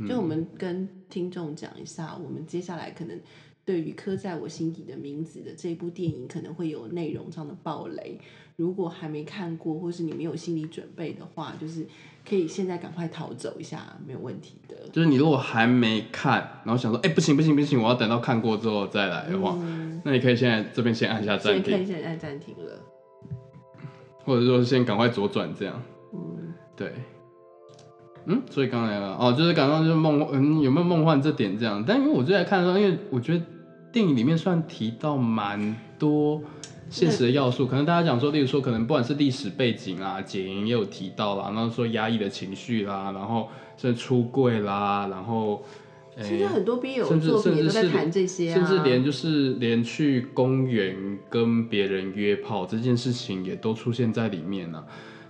嗯就我们跟听众讲一下，我们接下来可能对于《刻在我心底的名字》的这部电影可能会有内容上的暴雷。如果还没看过，或是你没有心理准备的话，就是可以现在赶快逃走一下，没有问题的。就是你如果还没看，然后想说，哎、不行不行不行，我要等到看过之后再来的话，嗯，那你可以现在这边先按下所以暂可以停，现在暂停了。或者说先赶快左转这样。嗯，对，嗯，所以刚才啊哦，就是刚刚就是梦幻，嗯，有没有梦幻这点这样？但因为我最近在看的时候，因为我觉得电影里面算提到蛮多现实的要素，可能大家讲说，例如说，可能不管是历史背景啦，解严也有提到啦，然后说压抑的情绪啦，然后甚至出柜啦，然后。诶其实很多 BL 哎甚至作品也都甚在至是谈这些啊，甚至连就是连去公园跟别人约炮这件事情也都出现在里面了、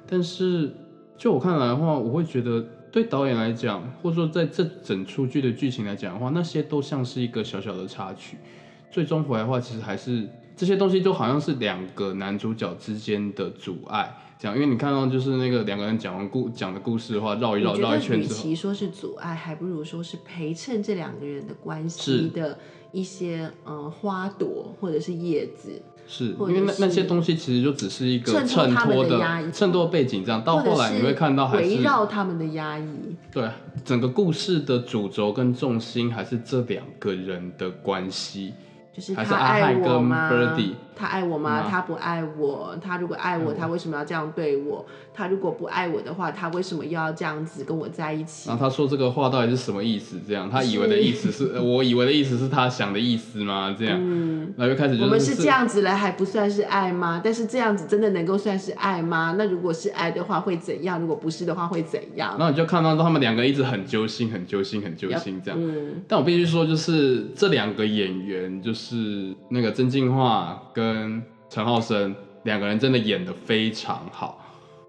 但是就我看来的话，我会觉得对导演来讲，或者说在这整出剧的剧情来讲的话，那些都像是一个小小的插曲。最终回来的话，其实还是这些东西就好像是两个男主角之间的阻碍。这样，因为你看到就是那个两个人讲完故讲的故事的话，绕一绕我觉绕得一圈与之后，其说是阻碍，还不如说是陪衬这两个人的关系是的一些嗯花朵或者是叶子，是或因者为那那些是东西其实就只是一个衬托衬他们托的压抑衬托背景这样，到或者后来你是会看到还围是绕他们的压抑。对啊整个故事的主轴跟重心还是这两个人的关系，就是还是他阿汉爱我跟吗 Birdy？他爱我吗？嗯啊嗯他不爱我。他如果爱我，爱我他为什么要这样对我？他如果不爱我的话，他为什么又要这样子跟我在一起然？后他说这个话到底是什么意思？这样他以为的意思是呃我以为的意思是他想的意思吗？这样，嗯，然后又开始就我们是是这样子来还不算是爱吗？但是这样子真的能够算是爱吗？那如果是爱的话会怎样？如果不是的话会怎样然？后你就看到他们两个一直很揪心，很揪心，很揪心这样。嗯，但我必须说，就是这两个演员，就是那个曾静华跟陈浩生两个人，真的演的非常好。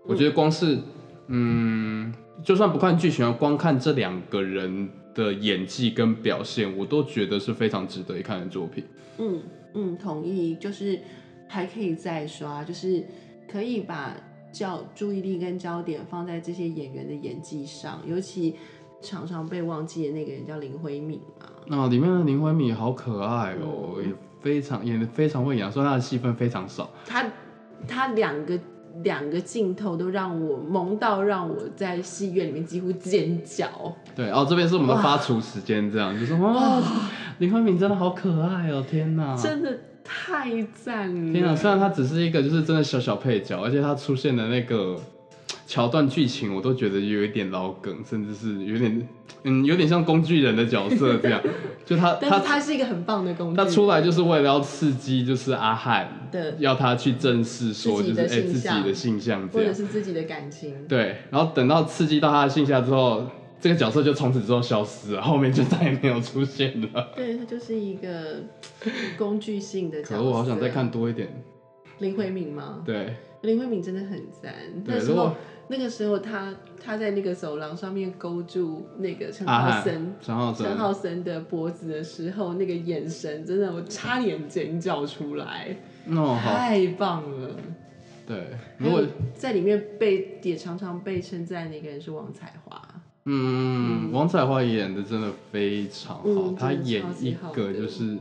我觉得光是，嗯，就算不看剧情，光看这两个人的演技跟表现，我都觉得是非常值得一看的作品。嗯嗯，同意，就是还可以再刷，就是可以把焦注意力跟焦点放在这些演员的演技上，尤其常常被忘记的那个人叫林慧敏嘛。那、里面的林怀民也好可爱哦，嗯也非常演的非常会演，虽然他的戏份非常少。他他两个两个镜头都让我萌到，让我在戏院里面几乎尖叫。对，哦，这边是我们的发厨时间，这样就是哇，林怀民真的好可爱哦，天哪！真的太赞天啊，了！虽然他只是一个就是真的小小配角，而且他出现的那个桥段剧情，我都觉得有一点老梗，甚至是有点嗯，有点像工具人的角色这样。就他但是他他是一个很棒的工具，他出来就是为了要刺激，就是阿汉的，要他去正视说自己就是的哎、性自己向的性向或这者样。是自己的感情。对，然后等到刺激到他的性向之后，这个角色就从此之后消失了，后面就再也没有出现 了。对，他就是一 个工具性的角可色。恶，我好想再看多一点。林慧敏吗？对林慧敏真的很赞。对，那时如果候，那个时候他他在那个走廊上面勾住那个陈阿浩汉森。、啊陈浩森、陈浩森的脖子的时候，那个眼神真的，我差点尖叫出来，哦好太棒了！对，还如果有在里面被也常常被称赞的一个人是王彩华，嗯，王彩华演的真的非常好，嗯她真的演超级一好个的就是，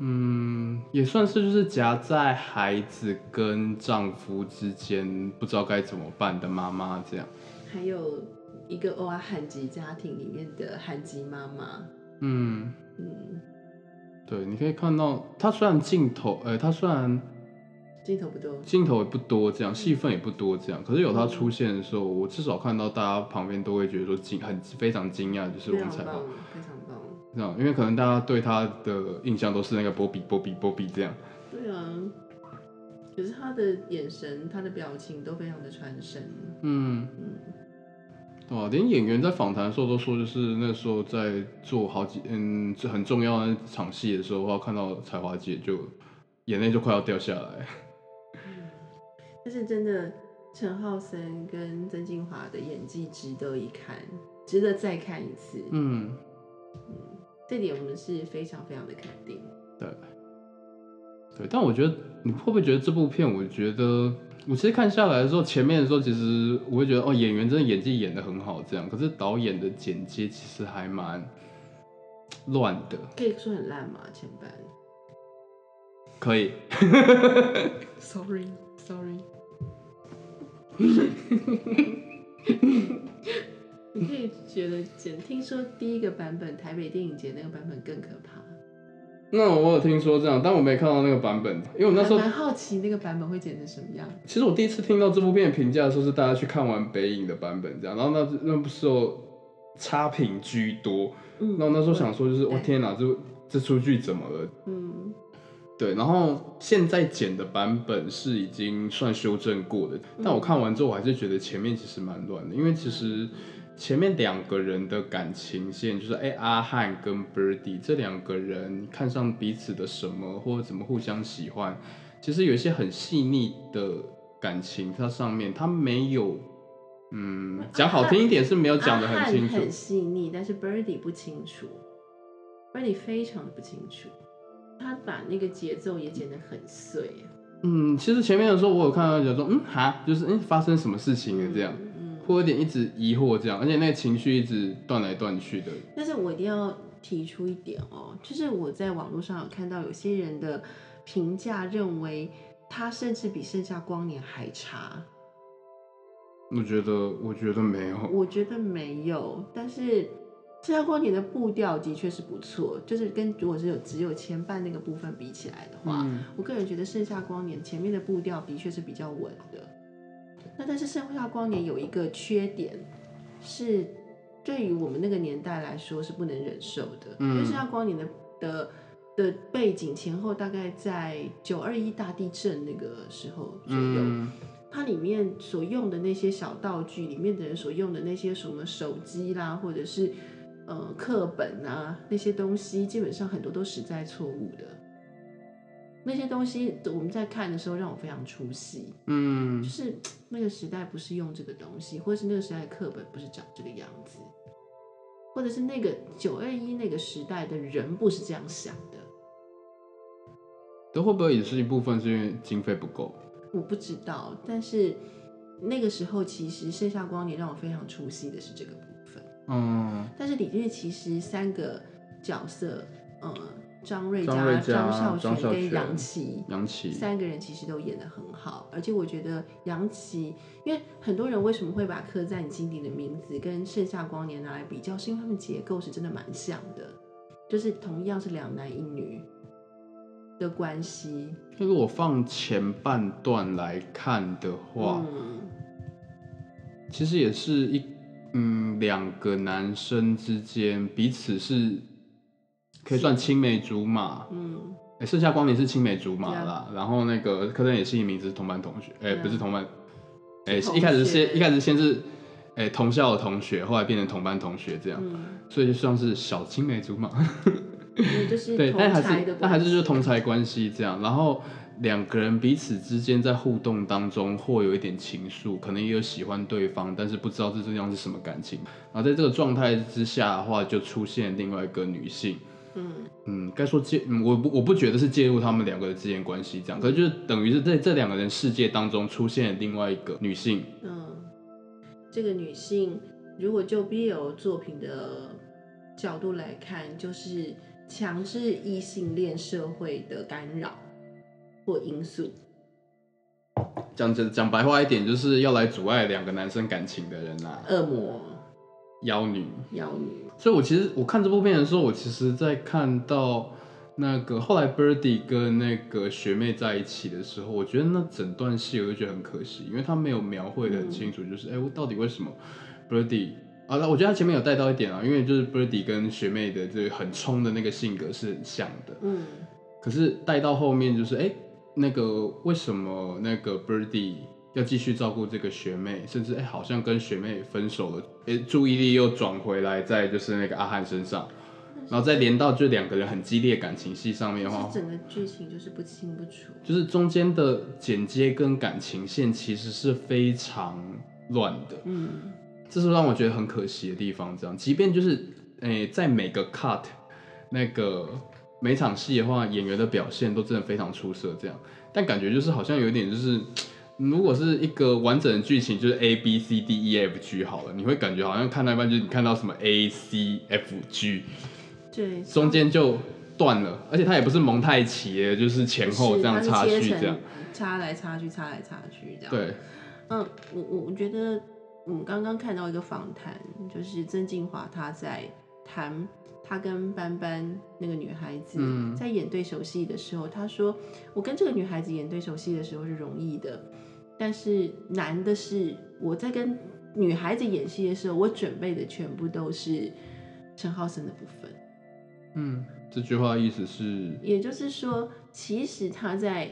嗯，也算是就是夹在孩子跟丈夫之间不知道该怎么办的妈妈这样，还有一个欧亚韩籍家庭里面的韩籍妈妈，嗯，嗯，对，你可以看到她虽然镜头，呃，她虽然镜头不多，镜头也不多，这样戏份也不多，这样，可是有她出现的时候，我至少看到大家旁边都会觉得说惊，很非常惊讶，就是非王常彩华棒，非常棒。这样，因为可能大家对她的印象都是那个波比波比波比这样。对啊，可是他的眼神、他的表情都非常的传神。嗯，对啊，连演员在访谈的时候都说，就是那时候在做好几嗯这很重要的那场戏的时候，看到彩华姐就眼泪就快要掉下来。但是真的，陈浩森跟曾静华的演技值得一看，值得再看一次。嗯，这点我们是非常非常的肯定。对。对，但我觉得你会不会觉得这部片？我觉得我其实看下来的时候，前面的时候其实我会觉得哦，演员真的演技演得很好，这样。可是导演的剪接其实还蛮乱的，可以说很烂吗？前半可以。 ，sorry sorry，你可以觉得简，听说第一个版本台北电影节那个版本更可怕，那我有听说这样，但我没看到那个版本，因为我那时候还蛮好奇那个版本会剪成什么样。其实我第一次听到这部片的评价的时候，是大家去看完北影的版本这样，然后那那部时候差评居多，嗯那我那时候想，说就是对我天哪，这这出剧怎么了？嗯对，然后现在剪的版本是已经算修正过的，嗯但我看完之后我还是觉得前面其实蛮乱的，因为其实前面两个人的感情线就是哎、阿汉跟 Birdy 这两个人看上彼此的什么或者怎么互相喜欢，其实有一些很细腻的感情，它上面它没有，嗯，讲好听一点是没有讲的阿很汉清楚，很细腻，但是 Birdy 不清楚，Birdy 非常的不清楚，他把那个节奏也剪得很碎耶，嗯，其实前面的时候我有看到讲说，嗯哈，就是嗯发生什么事情了这样。嗯，嗯会有点一直疑惑这样，而且那个情绪一直断来断去的。但是我一定要提出一点哦，就是我在网络上有看到有些人的评价认为他甚至比《盛夏光年》还差，我觉得，我觉得没有，我觉得没有，但是。盛夏光年的步调的确是不错，就是跟如果是有只有前半那个部分比起来的话，嗯，我个人觉得《盛夏光年》前面的步调的确是比较稳的，那但是《盛夏光年》有一个缺点，是对于我们那个年代来说是不能忍受的，嗯因为《盛夏光年的》的的背景前后大概在九二一大地震那个时候左右，嗯，它里面所用的那些小道具，里面的人所用的那些什么手机啦，或者是呃课本啊那些东西，基本上很多都实在错误的。那些东西我们在看的时候让我非常出戏，就嗯，是那个时代不是用这个东西，或者是那个时代的课本不是长这个样子，或者是那个九二一那个时代的人不是这样想的，这会不会也是一部分是因为经费不够？我不知道。但是那个时候其实《盛夏光年》让我非常出戏的是这个部分。嗯，但是里面其实三个角色，呃，张瑞张瑞佳、佳张张嗯全孝跟全杨琪杨奇，三个人其实都演得很好，而且我觉得杨琪，因为很多人为什么会把《刻在你心底的名字》跟《盛夏光年》拿来比较，是因为他们结构是真的蛮像的，就是同样是两男一女的关系。但是我放前半段来看的话，嗯，其实也是一，嗯，两个男生之间彼此是可以算青梅竹马，嗯，欸，盛夏光年是青梅竹马 Yeah. 啦然后那个柯震也是一名是同班同学，哎、 Yeah. 不是同班，哎、啊是一开始同学是一开始先是哎、同校的同学，后来变成同班同学这样，嗯，所以就算是小青梅竹马，也嗯就是对，同但还才的是但还关是系就是同才关系这样，然后两个人彼此之间在互动当中或有一点情愫，可能也有喜欢对方，但是不知道这这样是什么感情，然后在这个状态之下的话，就出现另外一个女性。嗯嗯，该说介，嗯我不我不觉得是介入他们两个的之间关系这样，可是就是等于是在这两个人世界当中出现了另外一个女性，嗯，这个女性如果就 BL 作品的角度来看，就是强制异性恋社会的干扰或因素。讲讲讲白话一点，就是要来阻碍两个男生感情的人啦、啊，恶魔妖女。妖女，所以我其实我看这部片的时候，我其实在看到那个后来 Birdy 跟那个学妹在一起的时候，我觉得那整段戏我就觉得很可惜，因为他没有描绘的很清楚，就是哎、我到底为什么 Birdy 啊？那我觉得他前面有带到一点啊，因为就是 Birdy 跟学妹的这个很冲的那个性格是很像的，嗯可是带到后面就是哎、那个为什么那个 Birdy 要继续照顾这个学妹，甚至哎、好像跟学妹分手了，哎、注意力又转回来在就是那个阿汉身上，然后再连到这两个人很激烈感情戏上面的话这，整个剧情就是不清不楚。就是中间的剪接跟感情线其实是非常乱的，嗯，这是让我觉得很可惜的地方。这样，即便就是诶、在每个 cut 那个每场戏的话，演员的表现都真的非常出色，这样。但感觉就是好像有点就是，如果是一个完整的剧情，就是 A B C D E F G 好了，你会感觉好像看到一半就是你看到什么 A C F G，对，中间就断了，而且它也不是蒙太奇的，就是前后是这样它是插切叙成这样。插来插去，插来插去这样。对，嗯，我我我觉得我们刚刚看到一个访谈，就是曾静华她在谈她跟班班那个女孩子嗯在演对手戏的时候，她说我跟这个女孩子演对手戏的时候是容易的，但是难的是我在跟女孩子演戏的时候，我准备的全部都是陈浩森的部分。嗯，这句话意思是，也就是说，其实他在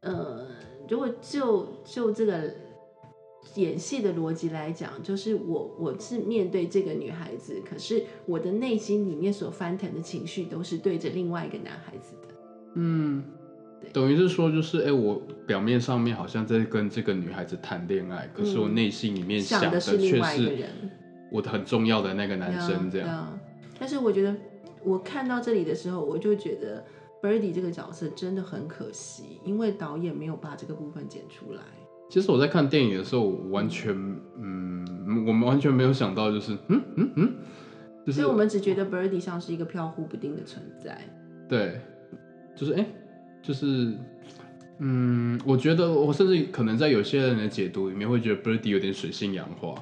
呃，如果就就这个演戏的逻辑来讲，就是我我是面对这个女孩子，可是我的内心里面所翻腾的情绪都是对着另外一个男孩子的。嗯，等于是说就是，哎、我表面上面好像在跟这个女孩子谈恋爱，可是我嗯内心里面想想的的是另却外一个是人，我的很重要的那个男生这对啊样。对啊但是我觉得，我看到这里的时候，我就觉得 Birdy 这个角色真的很可惜，因为导演没有把这个部分剪出来。其实我在看电影的时候，我完全，嗯，我们完全没有想到，就是，嗯嗯嗯，就所是以我们只觉得 Birdy 像是一个飘忽不定的存在。对，就是哎、就是，嗯，我觉得我甚至可能在有些人的解读里面会觉得 Birdy 有点水性杨花，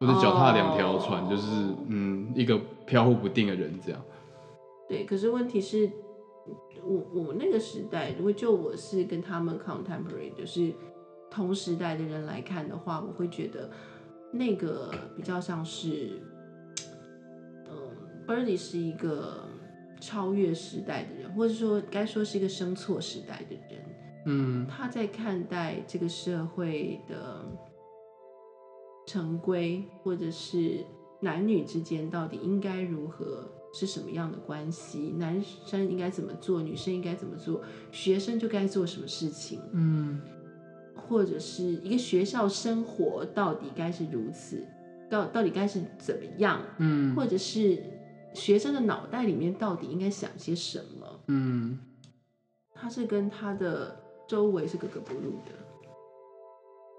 或者脚踏两条船哦就是嗯一个飘忽不定的人这样。对，可是问题是，我我那个时代，如果就我是跟他们 contemporary，就是同时代的人来看的话，我会觉得那个比较像是，嗯、b i r d i e 是一个超越时代的人，或者说该说是一个生错时代的人。嗯他在看待这个社会的成规，或者是男女之间到底应该如何是什么样的关系，男生应该怎么做，女生应该怎么做，学生就该做什么事情，嗯或者是一个学校生活到底该是如此，到到底该是怎么样，嗯或者是学生的脑袋里面到底应该想些什么，嗯，他是跟他的周围是格格不入的，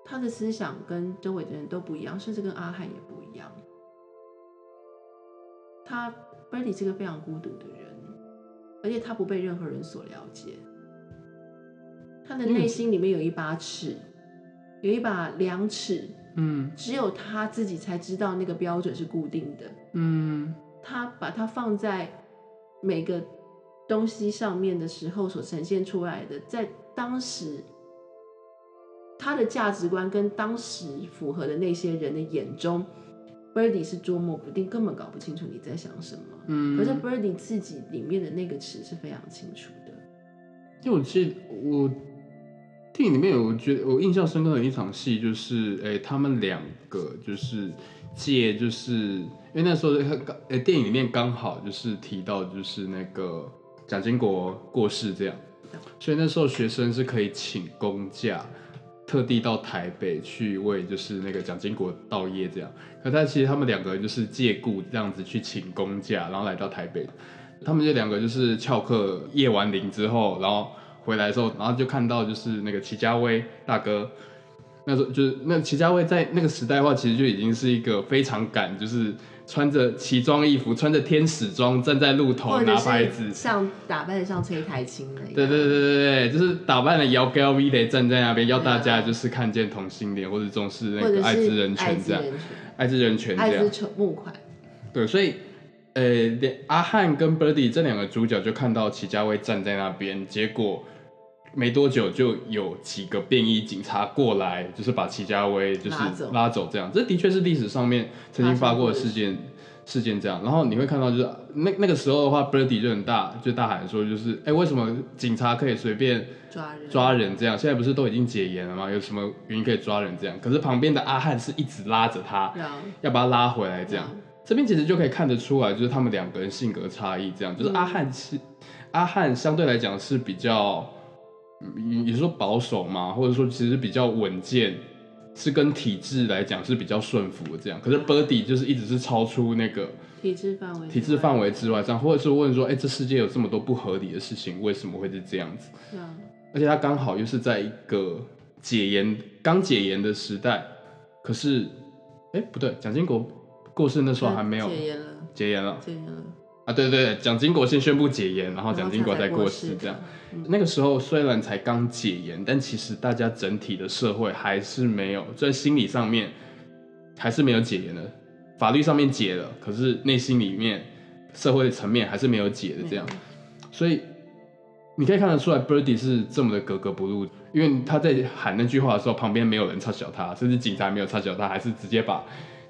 他的思想跟周围的人都不一样，甚至跟阿汉也不一样。他 b i r d i e 是个非常孤独的人，而且他不被任何人所了解。他的内心里面有一把尺，有一把量尺，嗯只有他自己才知道那个标准是固定的。嗯他把它放在每个东西上面的时候所呈现出来的，在当时他的价值观跟当时符合的那些人的眼中，Birdy 是捉摸不定，根本搞不清楚你在想什么。嗯可是 Birdy 自己里面的那个词是非常清楚的，因为我记得我电影里面有我觉得我印象深刻的一场戏，就是诶、他们两个就是借就是因为那时候他呃刚诶、电影里面刚好就是提到就是那个蒋经国过世这样，所以那时候学生是可以请公假。特地到台北去为就是那个蒋经国道业这样，可他其实他们两个人就是借故这样子去请公假，然后来到台北他们这两个就是翘课夜完铃之后，然后回来的时候，然后就看到就是那个齐家威大哥，那时候就是那齐家威在那个时代的话，其实就已经是一个非常敢，就是穿着奇装异服、穿着天使装站在路头或拿者牌子哦是，像打扮得像崔台青的一样，对对对对对，就是打扮的摇 g l V 的站在那边，要大家就是看见同性恋或者重视那或者个是爱之人爱权之这样，人爱之人权，权这爱之。样筹募款，对，所以，呃，连阿汉跟 Birdy 这两个主角就看到齐家威站在那边，结果没多久就有几个便衣警察过来，就是把齐家威就是拉走拉走，这样，这的确是历史上面曾经发过的事嗯件。事件这样，然后你会看到就是那那个时候的话，Birdy 就很大就大喊说，就是哎、为什么警察可以随便抓人抓人这样？现在不是都已经解严了吗？有什么原因可以抓人这样？可是旁边的阿汉是一直拉着他，让要把他拉回来这样。这边其实就可以看得出来，就是他们两个人性格差异，这样就是嗯阿汉是、阿汉相对来讲是比较，嗯也也是说保守嘛，或者说其实比较稳健，是跟体制来讲是比较顺服的这样。可是 Birdy 就是一直是超出那个体制范围，体制范围之外，这样，或者是问说，哎、这世界有这么多不合理的事情，为什么会是这样子？对啊，而且他刚好又是在一个解严刚解严的时代，可是，哎、不对，蒋经国过世那时候还没有解严了，解严了解严了，啊，对对对，蒋经国先宣布解严，然后蒋经国然后再他才过过世，这样的。，嗯那个时候虽然才刚解严，但其实大家整体的社会还是没有在心理上面还是没有解严的，法律上面解了，可是内心里面社会层面还是没有解的这样没。有所以你可以看得出来，Birdy 是这么的格格不入，因为他在喊那句话的时候，旁边没有人插脚他，甚至警察没有插脚他，还是直接把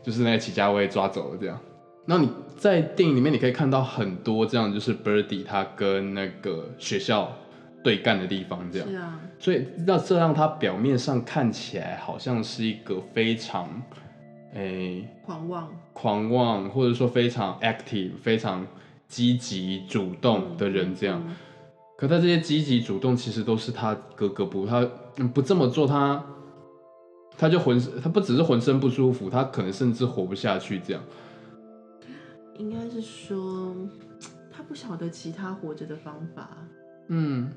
就是那个齐家威抓走了这样。那你在电影里面你可以看到很多这样，就是 Birdy 他跟那个学校对干的地方这样是，啊，所以让这让他表面上看起来好像是一个非常诶、狂妄，狂妄，或者说非常 active、非常积极主动的人这样。嗯，可他这些积极主动，其实都是他格格不入，他嗯不这么做，他他就浑身，他不只是浑身不舒服，他可能甚至活不下去这样。嗯应该是说他不晓得其他活着的方法，嗯，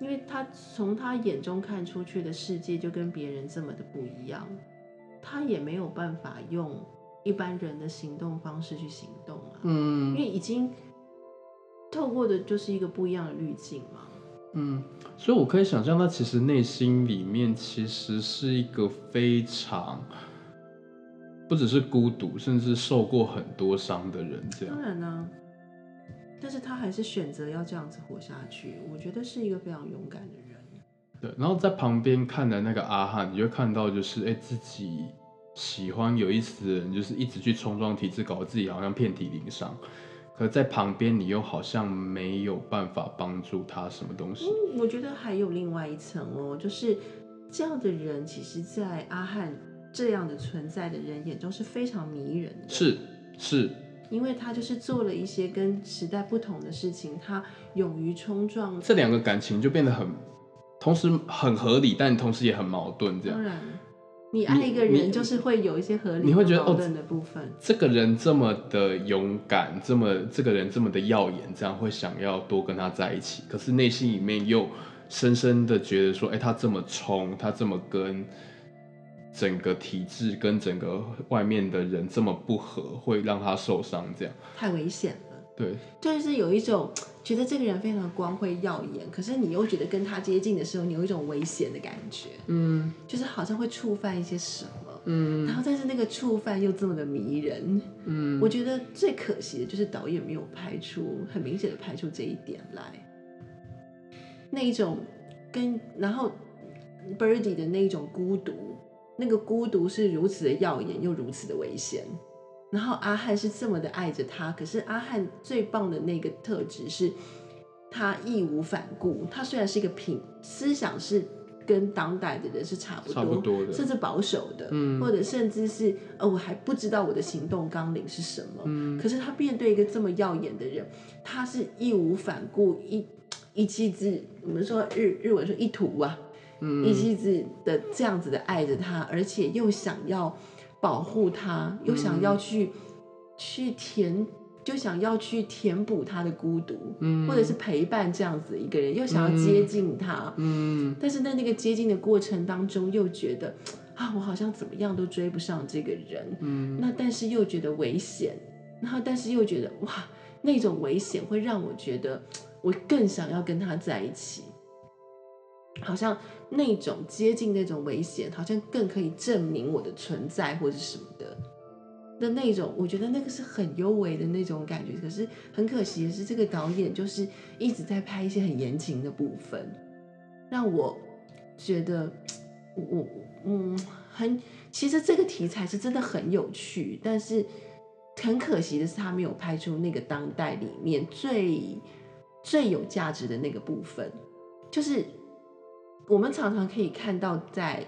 因为他从他眼中看出去的世界就跟别人这么的不一样，他也没有办法用一般人的行动方式去行动啊，因嗯为已经透过的就是一个不一样的滤镜嘛。嗯，所以我可以想象，他其实内心里面其实是一个非常不只是孤独，甚至受过很多伤的人这样当。然呢、但是他还是选择要这样子活下去，我觉得是一个非常勇敢的人。对，然后在旁边看的那个阿汉，你就会看到就是哎、自己喜欢有意思的人，就是一直去冲撞体制，搞得自己好像遍体鳞伤。可在旁边，你又好像没有办法帮助他什么东西。嗯我觉得还有另外一层哦，就是这样的人，其实，在阿汉这样的存在的人眼中是非常迷人的。是是，因为他就是做了一些跟时代不同的事情，他勇于冲撞。这两个感情就变得很，同时很合理，但同时也很矛盾。这样当，然，你爱一个啊你人，就是会有一些合理你会觉得哦和矛盾的部分。这个人这么的勇敢，这么这个人这么的耀眼，这样会想要多跟他在一起，可是内心里面又深深的觉得说，哎、他这么冲，他这么跟整个体制跟整个外面的人这么不合，会让他受伤，这样太危险了。对，就是有一种觉得这个人非常光辉耀眼，可是你又觉得跟他接近的时候，你有一种危险的感觉，嗯就是好像会触犯一些什么。嗯然后，但是那个触犯又这么的迷人，嗯我觉得最可惜的就是导演没有拍出很明显的拍出这一点来，那一种跟然后 Birdy 的那一种孤独，那个孤独是如此的耀眼又如此的危险。然后阿汉是这么的爱着他，可是阿汉最棒的那个特质是，他义无反顾。他虽然是一个品思想是跟当代的人是差不多，差不多的甚至保守的，嗯或者甚至是呃我还不知道我的行动纲领是什么。嗯可是他面对一个这么耀眼的人，他是义无反顾，一一气之，我们说日日文说一途啊，一嗯，妻子的这样子的爱着他，而且又想要保护他，又想要去、嗯去填，就想要去填补他的孤独，嗯或者是陪伴这样子一个人，又想要接近他，嗯但是在那个接近的过程当中，又觉得啊，我好像怎么样都追不上这个人，嗯那但是又觉得危险，然后但是又觉得哇，那种危险会让我觉得我更想要跟他在一起，好像那种接近那种危险，好像更可以证明我的存在或者什么的。的那种，我觉得那个是很幽微的那种感觉，可是很可惜的是，这个导演就是一直在拍一些很言情的部分，让我觉得我我嗯很，其实这个题材是真的很有趣，但是很可惜的是，他没有拍出那个当代里面最最有价值的那个部分，就是我们常常可以看到在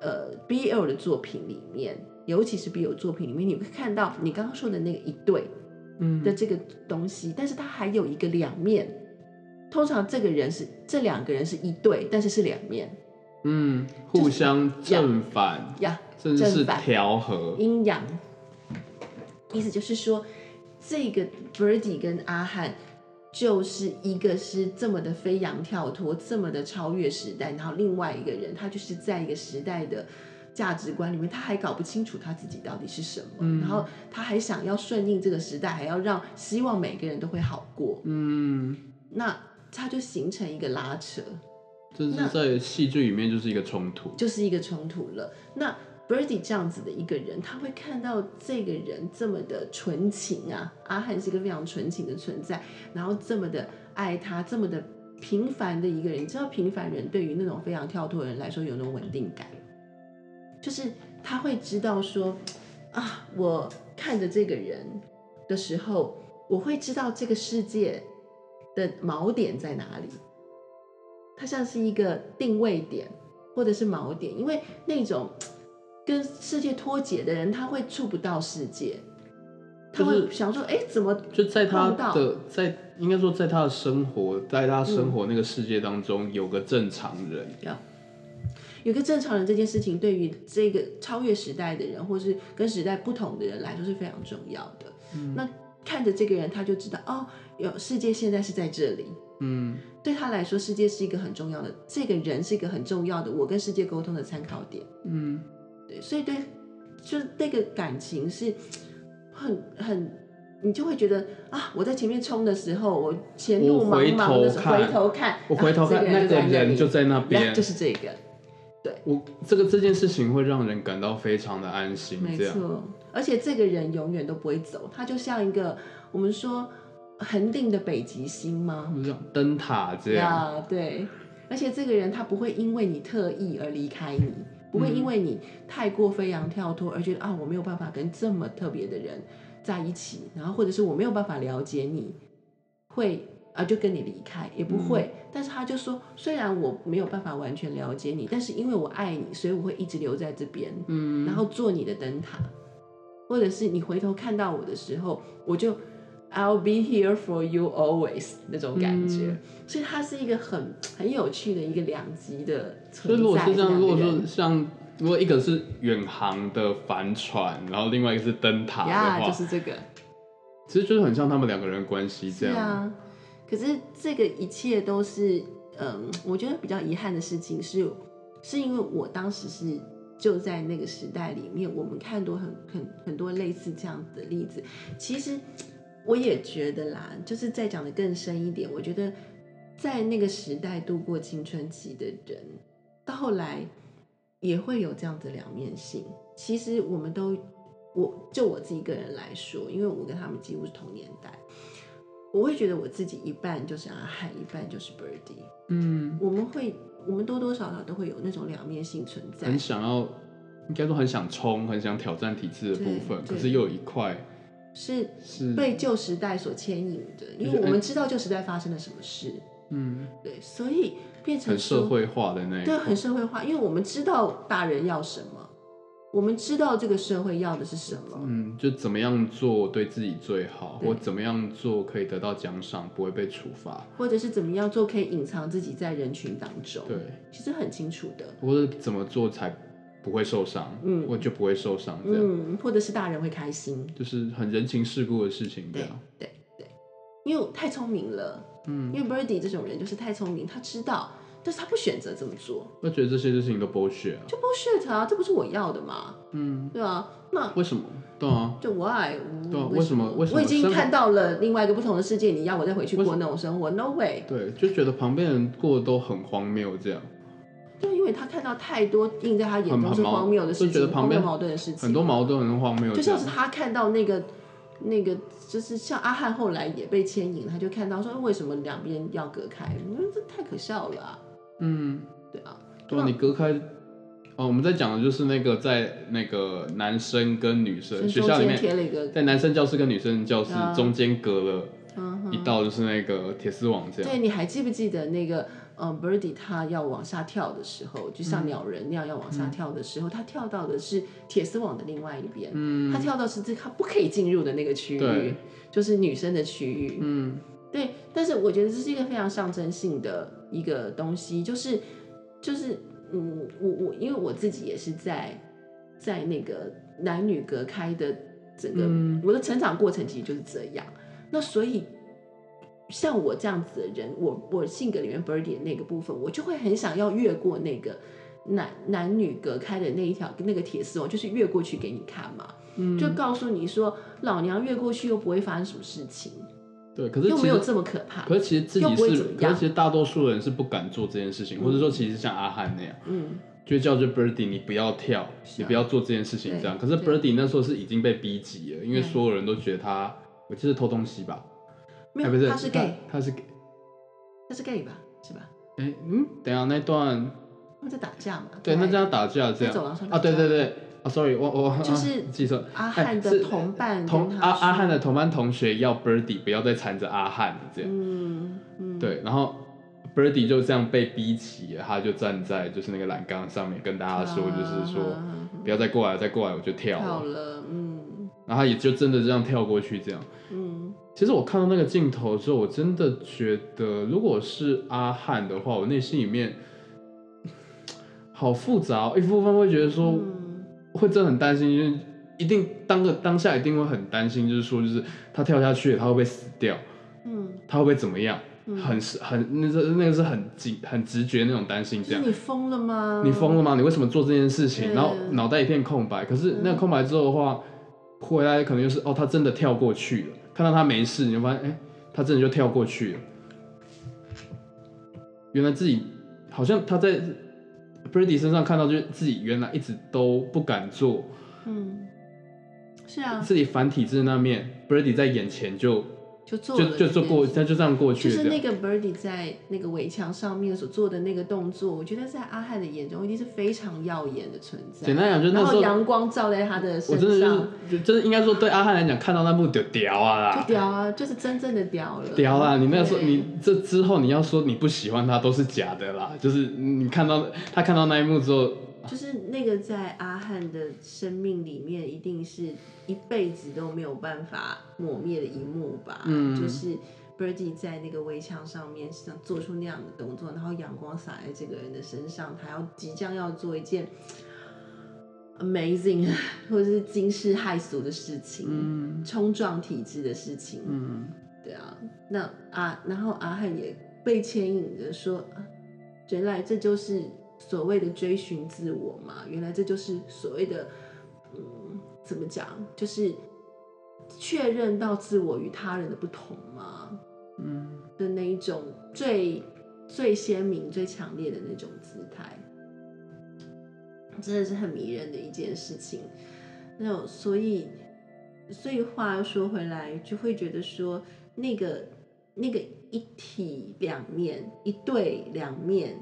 呃 BL 的作品里面。尤其是 BL 作品里面，你会看到你刚刚说的那个一对嗯的这个东西，但是它还有一个两面。通常这个人是这两个人是一对，但是是两面。嗯，就是互相正反，呀、甚至是正反调和，阴阳，意思就是说，这个 Birdy 跟阿汉就是一个是这么的飞扬跳脱，这么的超越时代，然后另外一个人他就是在一个时代的价值观里面，他还搞不清楚他自己到底是什么，嗯然后他还想要顺应这个时代，还要让希望每个人都会好过，嗯，那他就形成一个拉扯。这那是在戏剧里面就是一个冲突，就是一个冲突了。那 Birdy 这样子的一个人，他会看到这个人这么的纯情啊，阿汉是一个非常纯情的存在，然后这么的爱他，这么的平凡的一个人。你知道，平凡人对于那种非常跳脱的人来说，有那种稳定感，就是他会知道说，啊，我看着这个人的时候，我会知道这个世界的锚点在哪里。它像是一个定位点，或者是锚点，因为那种嘖跟世界脱节的人，他会触不到世界，他就是会想说，哎、怎么就在他碰到的在应该说在他的生活，在他生活那个世界当中有个正常人，有个正常人这件事情，对于这个超越时代的人，或是跟时代不同的人来说是非常重要的。嗯那看着这个人，他就知道哦，有世界现在是在这里。嗯对他来说，世界是一个很重要的，这个人是一个很重要的，我跟世界沟通的参考点。嗯，对，所以对，就是那个感情是很很，你就会觉得啊，我在前面冲的时候，我前路我回茫茫的时头候，看回头看，我回头看、啊这那个个人就在人就在那那里呀边，就是这个。我这个这件事情会让人感到非常的安心，没这样，错，而且这个人永远都不会走，他就像一个我们说恒定的北极星吗？不是像灯塔这样，呀，对，而且这个人他不会因为你特意而离开你，不会因为你太过飞扬跳脱而觉得啊我没有办法跟这么特别的人在一起，然后或者是我没有办法了解你，会啊就跟你离开也不会，但是他就说虽然我没有办法完全了解你，但是因为我爱你，所以我会一直留在这边，嗯，然后做你的灯塔，或者是你回头看到我的时候，我就 I'll be here for you always 那种感觉。嗯所以它是一个很很有趣的一个两极的所存在。以如果是这样，两如个果人说像如果一个是远航的帆船，然后另外一个是灯塔呀的话，就是这个，其实就是很像他们两个人的关系是这样。啊。可是这个一切都是，嗯，我觉得比较遗憾的事情是，是因为我当时是就在那个时代里面，我们看多很很很多类似这样子的例子。其实我也觉得啦，就是再讲的更深一点，我觉得在那个时代度过青春期的人，到后来也会有这样子两面性。其实我们都，我就我自己个人来说，因为我跟他们几乎是同年代，我会觉得我自己一半就是阿汉，一半就是 Birdy。嗯，我们会，我们多多少少都会有那种两面性存在很。想要，应该说很想冲，很想挑战体制的部分，对可是又有一块是是，被旧时代所牵引的，因就是为我哎们知道旧时代发生了什么事，嗯，对，所以变成很社说会化的那一对，块。很社会化，因为我们知道大人要什么，我们知道这个社会要的是什么，嗯，就怎么样做对自己最好，对或怎么样做可以得到奖赏，不会被处罚。或者是怎么样做可以隐藏自己在人群当中，对，其实很清楚的，或者怎么做才不会受伤，嗯我就不会受伤，这样、嗯，或者是大人会开心，就是很人情世故的事情，这对样，对对，因为我太聪明了，嗯，因为 Birdy 这种人就是太聪明，他知道，但是他不选择这么做，我觉得这些事情都 bullshit 啊，就 bullshit 啊，这不是我要的嘛，嗯，对啊，那为什么？对啊，就 why？对啊嗯为什么为什么我已经生活看到了另外一个不同的世界，你要我再回去为什过那种生活？No way！对，就觉得旁边人过得都很荒谬，这样，对，因为他看到太多映在他眼很中是很矛荒谬的事就觉得情，旁荒边谬矛盾的事情，很多矛盾，很多荒谬，就这像样是。他看到那个那个，就是像阿汉后来也被牵引，他就看到说哎为什么两边要隔开？嗯，这太可笑了啊、嗯，对啊，对啊，那你隔开。哦，我们在讲的就是那个在那个男生跟女生学中校里间面，贴了一个，在男生教室跟女生教室啊中间隔了嗯一哼，道，就是那个铁丝网这样。对，你还记不记得那个呃 b i r d y 他要往下跳的时候，就像鸟人那样要往下跳的时候，他跳到的是铁丝网的另外一边，嗯他跳到是这他不可以进入的那个区域对，就是女生的区域，嗯，对，但是我觉得这是一个非常象征性的一个东西，就是就是嗯，我我因为我自己也是在在那个男女隔开的整个、嗯我的成长过程其实就是这样。那所以像我这样子的人，我我性格里面 Birdy 的那个部分，我就会很想要越过那个男男女隔开的那一条那个铁丝网，就是越过去给你看嘛，嗯，就告诉你说老娘越过去又不会发生什么事情，对，可是又其没有实这么可怕。可是其实自又己不会是怎，么可样是其实大多数人是不敢做这件事情，或者说其实像阿汉那样，嗯，就叫这 Birdy 你不要跳，是啊你不要做这件事情对这样。可是对嗯 Birdy 那时候是已经被逼急了，因为对所有人都觉得他，我记得偷东西吧，没哎有，不是他是 gay，他他是 gay 他是 gay 吧，是吧？哎嗯，等一下那段他们在打架嘛？对他这样打架这在样走廊上啊，打对架对对啊，sorry 我我 就是啊记错，阿哎汉的是同伴跟同他阿说阿汉的同班同学要 Birdy 不要再缠着阿汉了这样。嗯嗯，对，然后 Birdy 就这样被逼起了，他就站在就是那个栏杆上面跟大家说，啊就是说不要再过来，再过来我就跳好了。了，嗯然后他也就真的这样跳过去，这样。嗯，其实我看到那个镜头之后，我真的觉得，如果是阿汉的话，我内心里面好复杂、哦，一部分会觉得说，嗯会真的很担心，因为一定当个当下一定会很担心，就是说，就是他跳下去，他会不会死掉，嗯他会不会怎么样？嗯，很是很那是那个是很紧很直觉那种担心，就这是样你疯了吗？你疯了吗？你为什么做这件事情？对然后脑袋一片空白。可嗯是那个空白之后的话，回来可能就是哦，他真的跳过去了，看到他没事，你就发现哎、他真的就跳过去了。原来自己好像他在 Brady 身上看到，就是自己原来一直都不敢做，嗯，是啊，自己繁体字那面 Brady 在眼前就就做就了就这做件过，事他就这样过去就了。是这那样个 Birdy 在那个围墙上面所做的那个动作，我觉得在阿汉的眼中一定是非常耀眼的存在简。单讲，就是那然时候后阳光照在他的我身真的就是上，就真的应该说，对阿汉来讲，看到那部就屌啊就啦，屌啊，就是真正的屌了。屌啦！你那时候对你这之后你要说你不喜欢他都是假的啦，就是你看到他看到那一幕之后，就是那个在阿汉的生命里面，一定是一辈子都没有办法抹灭的一幕吧。嗯就是 Birdy 在那个围墙上面想做出那样的动作，然后阳光洒在这个人的身上，他要即将要做一件 amazing 或者是惊世骇俗的事情，嗯冲撞体制的事情。嗯，对啊，那啊，然后阿汉也被牵引着说，啊原来这就是所谓的追寻自我嘛，原来这就是所谓的，嗯，怎么讲，就是确认到自我与他人的不同嘛嗯的那一种最最鲜明、最强烈的那种姿态，真的是很迷人的一件事情。那所以，所以话又说回来，就会觉得说，那个那个一体两面、一对两面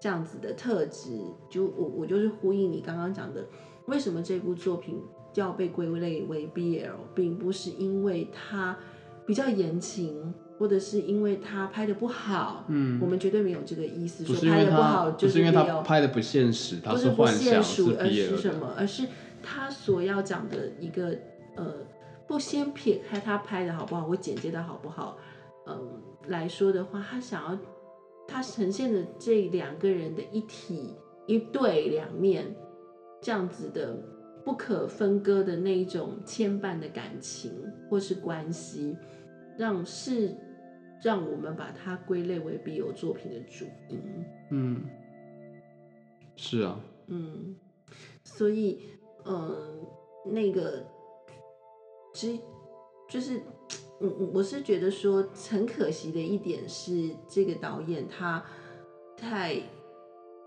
这样子的特质，就我我就是呼应你刚刚讲的，为什么这部作品要被归类为 BL，并不是因为它比较言情，或者是因为它拍的不好，我嗯，们绝对没有这个意思，不说是因拍为的他好不就是因为他 BL 拍的不现实，他不是不幻现想是实，而是 BL 什的，么？而是他所要讲的一个呃，不先撇开他拍的好不好，或剪接的好不好，嗯、来说的话，他想要他呈现的这两个人的一体一对两面这样子的不可分割的那一种牵绊的感情或是关系，让是让我们把它归类为 BL 作品的主因。嗯，是啊，嗯，所以，嗯，那个，其实就是，嗯，嗯我是觉得说，很可惜的一点是，这个导演他太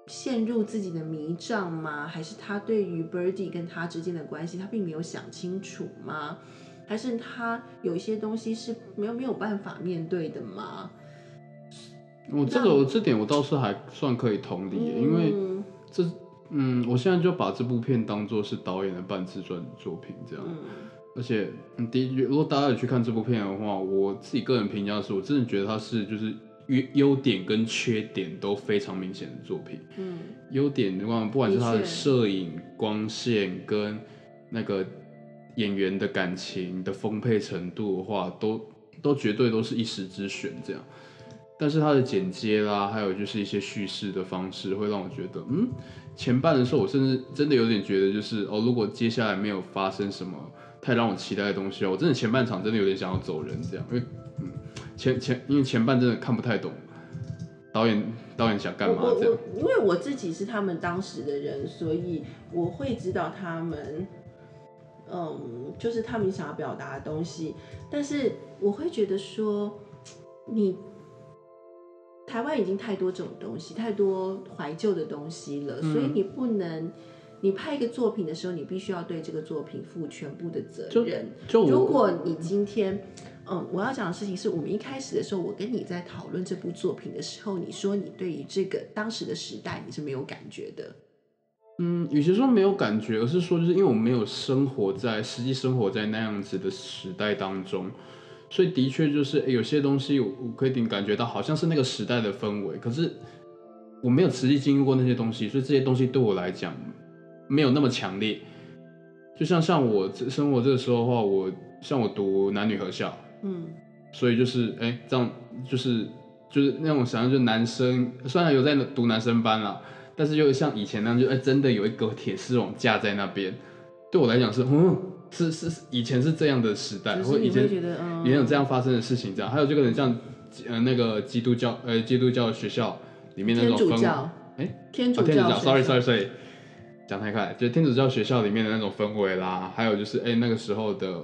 陷入自己的迷障吗？还是他对于 Birdy 跟他之间的关系，他并没有想清楚吗？还是他有一些东西是没有没有办法面对的吗？我这个我这点我倒是还算可以同理耶，因为嗯这嗯，我现在就把这部片当做是导演的半自传作品这样。嗯而且，嗯，第一，如果大家有去看这部片的话，我自己个人评价是，我真的觉得它是就是优优点跟缺点都非常明显的作品。嗯优点的话，不管是它的的确摄影、光线跟那个演员的感情的丰沛程度的话，都都绝对都是一时之选这样。但是它的剪接啦，还有就是一些叙事的方式，会让我觉得，嗯，前半的时候我甚至真的有点觉得，就是哦，如果接下来没有发生什么太让我期待的东西哦，我真的前半场真的有点想要走人这样，因为嗯，前前因为前半真的看不太懂导演导演想干嘛我这样我，我，因为我自己是他们当时的人，所以我会知道他们，嗯，就是他们想要表达的东西。但是我会觉得说，你台湾已经太多这种东西，太多怀旧的东西了，嗯所以你不能。你拍一个作品的时候，你必须要对这个作品负全部的责就任。就如我果你今天，嗯，我要讲的事情是我们一开始的时候，我跟你在讨论这部作品的时候，你说你对于这个当时的时代你是没有感觉的，嗯，与其说没有感觉，而是说就是因为我没有生活在实际生活在那样子的时代当中，所以的确就是、诶有些东西我我可以顶感觉到好像是那个时代的氛围，可是我没有实际经历过那些东西，所以这些东西对我来讲没有那么强烈。就像像我这生活这个时候的话，我像我读男女合校，嗯，所以就是哎、这样就是就是那种想象，就是男生虽然有在读男生班啦，但是又像以前那样，就哎、真的有一个铁丝网架在那边。对我来讲是，嗯，是是是以前是这样的时代，就或是以你前会觉得，嗯，也有这样发生的事情，这样还有就可能像呃那个基督教呃基督教的学校里面那天种主氛教，哎天主哦、天主教学，sorry 校 sorry sorry，讲太快，就天主教学校里面的那种氛围啦，还有就是哎、那个时候的，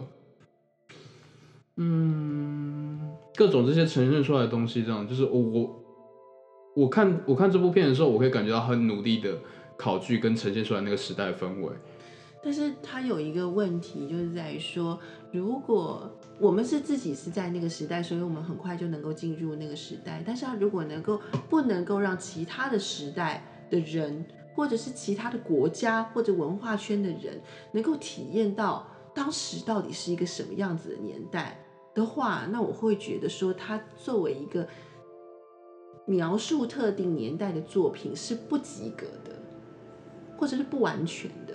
嗯，各种这些呈现出来的东西，这样就是我我我看我看这部片的时候，我会感觉到很努力的考据跟呈现出来那个时代的氛围，但是它有一个问题，就是在于说，如果我们是自己是在那个时代，所以我们很快就能够进入那个时代。但是它如果能够不能够让其他的时代的人，或者是其他的国家或者文化圈的人，能够体验到当时到底是一个什么样子的年代的话，那我会觉得说，它作为一个描述特定年代的作品是不及格的，或者是不完全的。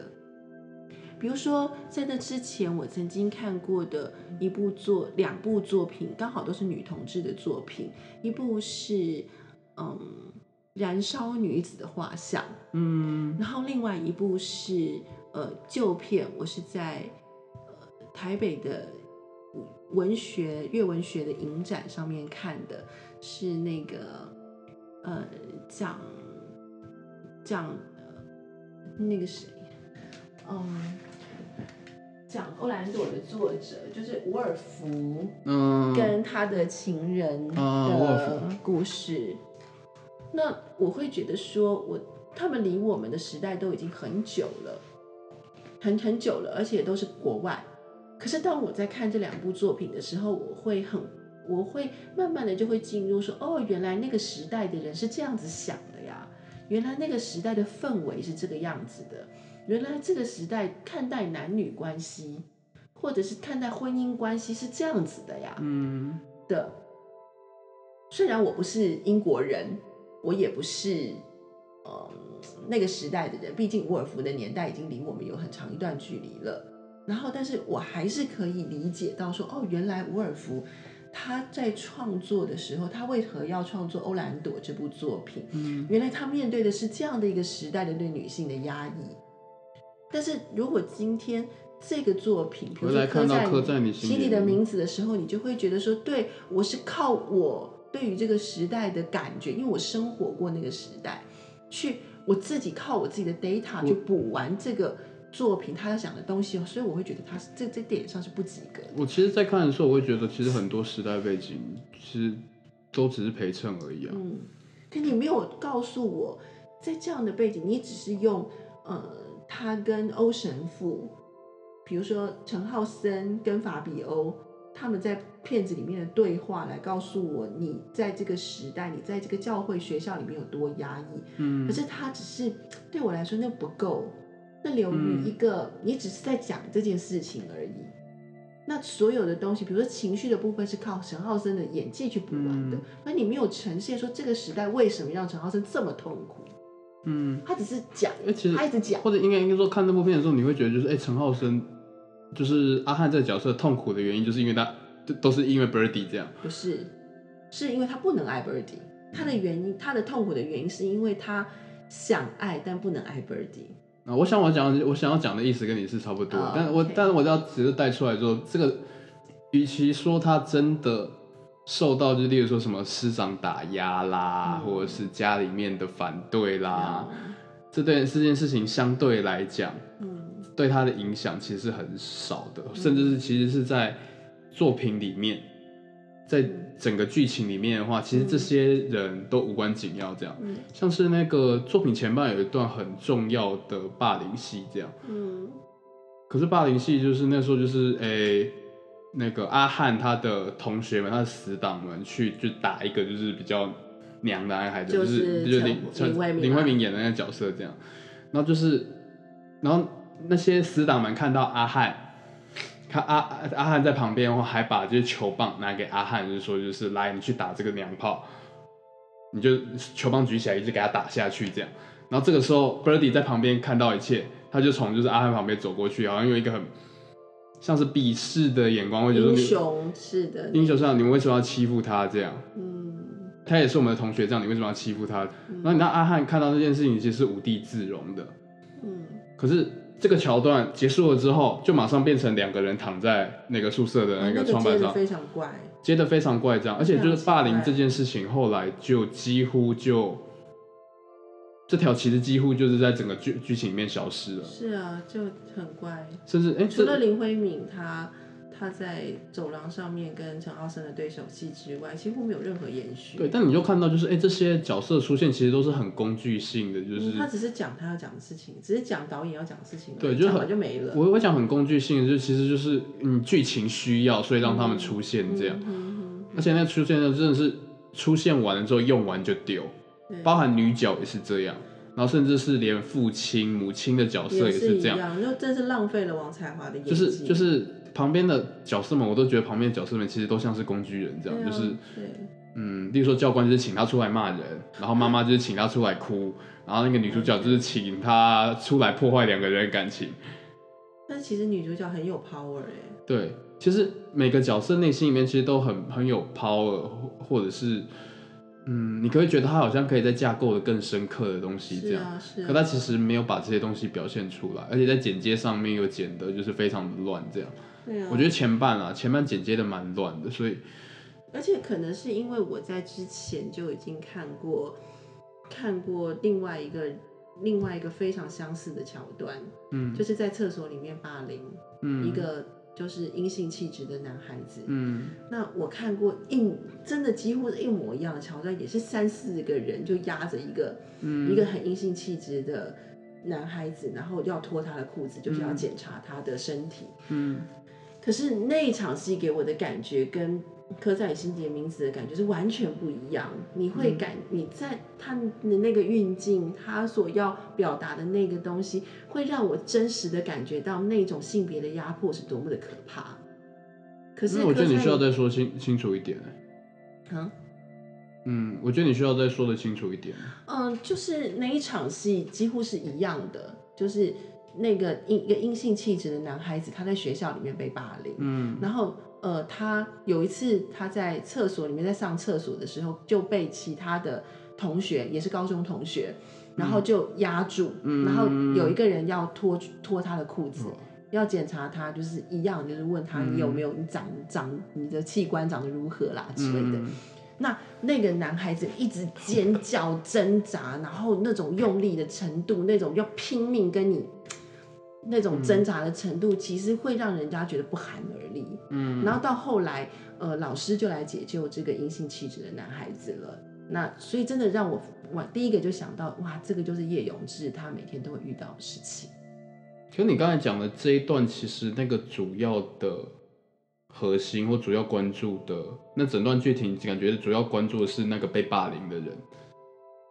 比如说，在那之前，我曾经看过的一部作两部作品，刚好都是女同志的作品。一部是嗯《燃烧女子的画像》，嗯然后另外一部是呃旧片，我是在呃台北的文学阅文学的影展上面看的，是那个呃讲讲呃那个谁，嗯。讲《欧兰朵》的作者就是伍尔夫嗯、跟他的情人啊伍尔的故事。那我会觉得说，我他们离我们的时代都已经很久了，很很久了，而且都是国外。可是当我在看这两部作品的时候，我会很，我会慢慢的就会进入说，哦，原来那个时代的人是这样子想的呀，原来那个时代的氛围是这个样子的，原来这个时代看待男女关系，或者是看待婚姻关系是这样子的呀。嗯，的。虽然我不是英国人，我也不是呃那个时代的人，毕竟伍尔夫的年代已经离我们有很长一段距离了。然后，但是我还是可以理解到说，哦，原来伍尔夫他在创作的时候，他为何要创作《欧兰朵》这部作品？嗯，原来他面对的是这样的一个时代的对女性的压抑。但是如果今天这个作品，比如回来说看到刻在你心心里里的面名字的时候，你就会觉得说，对我是靠我对于这个时代的感觉，因为我生活过那个时代，去我自己靠我自己的 data 去补完这个作品他要讲的东西，所以我会觉得他是这这点上是不及格的。我其实，在看的时候，我会觉得其实很多时代背景其实都只是陪衬而已啊，嗯，可你没有告诉我，在这样的背景，你只是用呃，他跟欧神父，比如说陈浩森跟法比欧他们在片子里面的对话，来告诉我你在这个时代，你在这个教会学校里面有多压抑。嗯可是他只是对我来说那不够，那流嗯于一个、你只是在讲这件事情而已。那所有的东西，比如说情绪的部分是靠陈浩森的演技去补完的嗯，那、你没有呈现说这个时代为什么让陈浩森这么痛苦，嗯。他只是讲，哎其实他一直讲，或者应该应该说看那部片的时候，你会觉得就是，哎、陈浩生就是阿汉这个角色痛苦的原因，就是因为他都都是因为 Birdy 这样，不是，是因为他不能爱 Birdy，他的原因，他的痛苦的原因是因为他想爱但不能爱 Birdy。啊，我想我讲我想要讲的意思跟你是差不多哦但我 OK 但是我要只是带出来说，这个与其说他真的受到，就例如说什么师长打压啦，嗯或者是家里面的反对啦，嗯这对这件事情相对来讲，嗯对他的影响其实是很少的，甚至是其实是在作品里面，在嗯整个剧情里面的话，其实这些人都无关紧要这样。嗯像是那个作品前半有一段很重要的霸凌戏这样，嗯可是霸凌戏就是那时候就是诶、那个阿汉他的同学们他的死党们去就打一个就是比较娘的男孩子，就就是就陈林林慧敏林嘛慧敏演的那个角色这样，然后就是然后那些死党们看到阿汉。看阿阿阿汉在旁边的话，还把这些球棒拿给阿汉，就是说，就是来你去打这个娘炮，你就球棒举起来，一直给他打下去这样。然后这个时候，Birdy 在旁边看到一切，他就从就是阿汉旁边走过去，好像用一个很像是鄙视的眼光，会觉得英说雄式的你英雄上你为什么要欺负他这样？嗯他也是我们的同学，这样你为什么要欺负他？然后你让阿汉看到这件事情，其实是无地自容的。嗯可是这个桥段结束了之后，就马上变成两个人躺在那个宿舍的啊那那个个窗接板的上，非常怪，接的非常怪这样，而且就非常是奇怪霸凌这件事情，后来就几乎就这条其实几乎就是在整个剧剧情里面消失了，是啊，就很怪。甚至哎，除这了林慧敏她她在走廊上面跟陈浩森的对手戏之外，几乎没有任何延续。对，但你就看到就是哎，这些角色出现其实都是很工具性的，就嗯是他只是讲他要讲的事情，只是讲导演要讲的事情而已，对就讲很完就没了。我我讲很工具性的，就其实就是你剧情需要，所以让他们出现这样，嗯哼而且那出现的真的是出现完了之后用完就丢。嗯对包含女角也是这样，然后甚至是连父亲、母亲的角色也也是是这一样，样，就真是浪费了王才华的演技。就是就是旁边的角色们，我都觉得旁边的角色们其实都像是工具人这样，对啊就是对嗯，例如说教官就是请他出来骂人，然后妈妈就是请他出来哭，然后那个女主角就是请他出来破坏两个人的感情。但是其实女主角很有 power 哎、对，其实每个角色内心里面其实都很很有 power，或或者是嗯，你可以觉得他好像可以再架构的更深刻的东西这是样。啊是啊。可他其实没有把这些东西表现出来，而且在剪接上面又剪的就是非常的乱，这样。对啊，我觉得前半啊，前半剪接的蛮乱的，所以而且可能是因为我在之前就已经看过看过另外一个另外一个非常相似的桥段，嗯就是在厕所里面霸凌、嗯一个就是阴性气质的男孩子。嗯那我看过一真的几乎是一模一样的桥段，也是三四个人就压着一个、嗯一个很阴性气质的男孩子，然后要脱他的裤子，就是要检查他的身体。嗯可是那一场戏给我的感觉跟刻在你心底的名字的感觉是完全不一样。你会感、你在他的那个运镜，他所要表达的那个东西，会让我真实的感觉到那种性别的压迫是多么的可怕。可是那我觉得刻你在需要再说清清楚一点、欸啊嗯，我觉得你需要再说的清楚一点。嗯，就是那一场戏几乎是一样的，就是那个阴一个阴性气质的男孩子，他在学校里面被霸凌，嗯然后呃，他有一次他在厕所里面在上厕所的时候，就被其他的同学，也是高中同学，然后就压住，嗯然后有一个人要脱脱他的裤子哦。要检查他，就是一样，就是问他嗯你有没有你长长你的器官长得如何啦之类的。嗯那那个男孩子一直尖叫、挣扎，然后那种用力的程度，那种要拼命跟你那种挣扎的程度，其实会让人家觉得不寒而栗。嗯然后到后来，呃，老师就来解救这个阴性气质的男孩子了。那所以真的让我哇，第一个就想到哇，这个就是叶永志他每天都会遇到的事情。可是你刚才讲的这一段，其实那个主要的核心或主要关注的，那整段剧情感觉主要关注的是那个被霸凌的人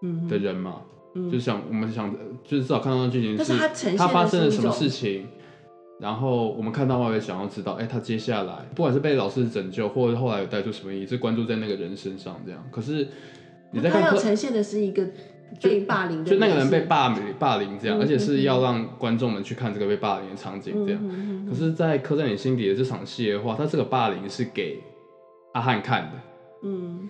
嗯的哼，人嘛。嗯就想我们想，就是至少看到的剧情但是它呈现的他发生了是一什么种事情，然后我们看到后来想要知道，哎、他接下来不管是被老师拯救，或者后来有带出什么意义，是关注在那个人身上这样。可是你在他看要柯，呈现的是一个被霸凌的，就那个人被霸凌霸凌这嗯样，而且是要让观众们去看这个被霸凌的场景这样。嗯可是，在刻在你心底的这场戏的话，他这个霸凌是给阿汉看的，嗯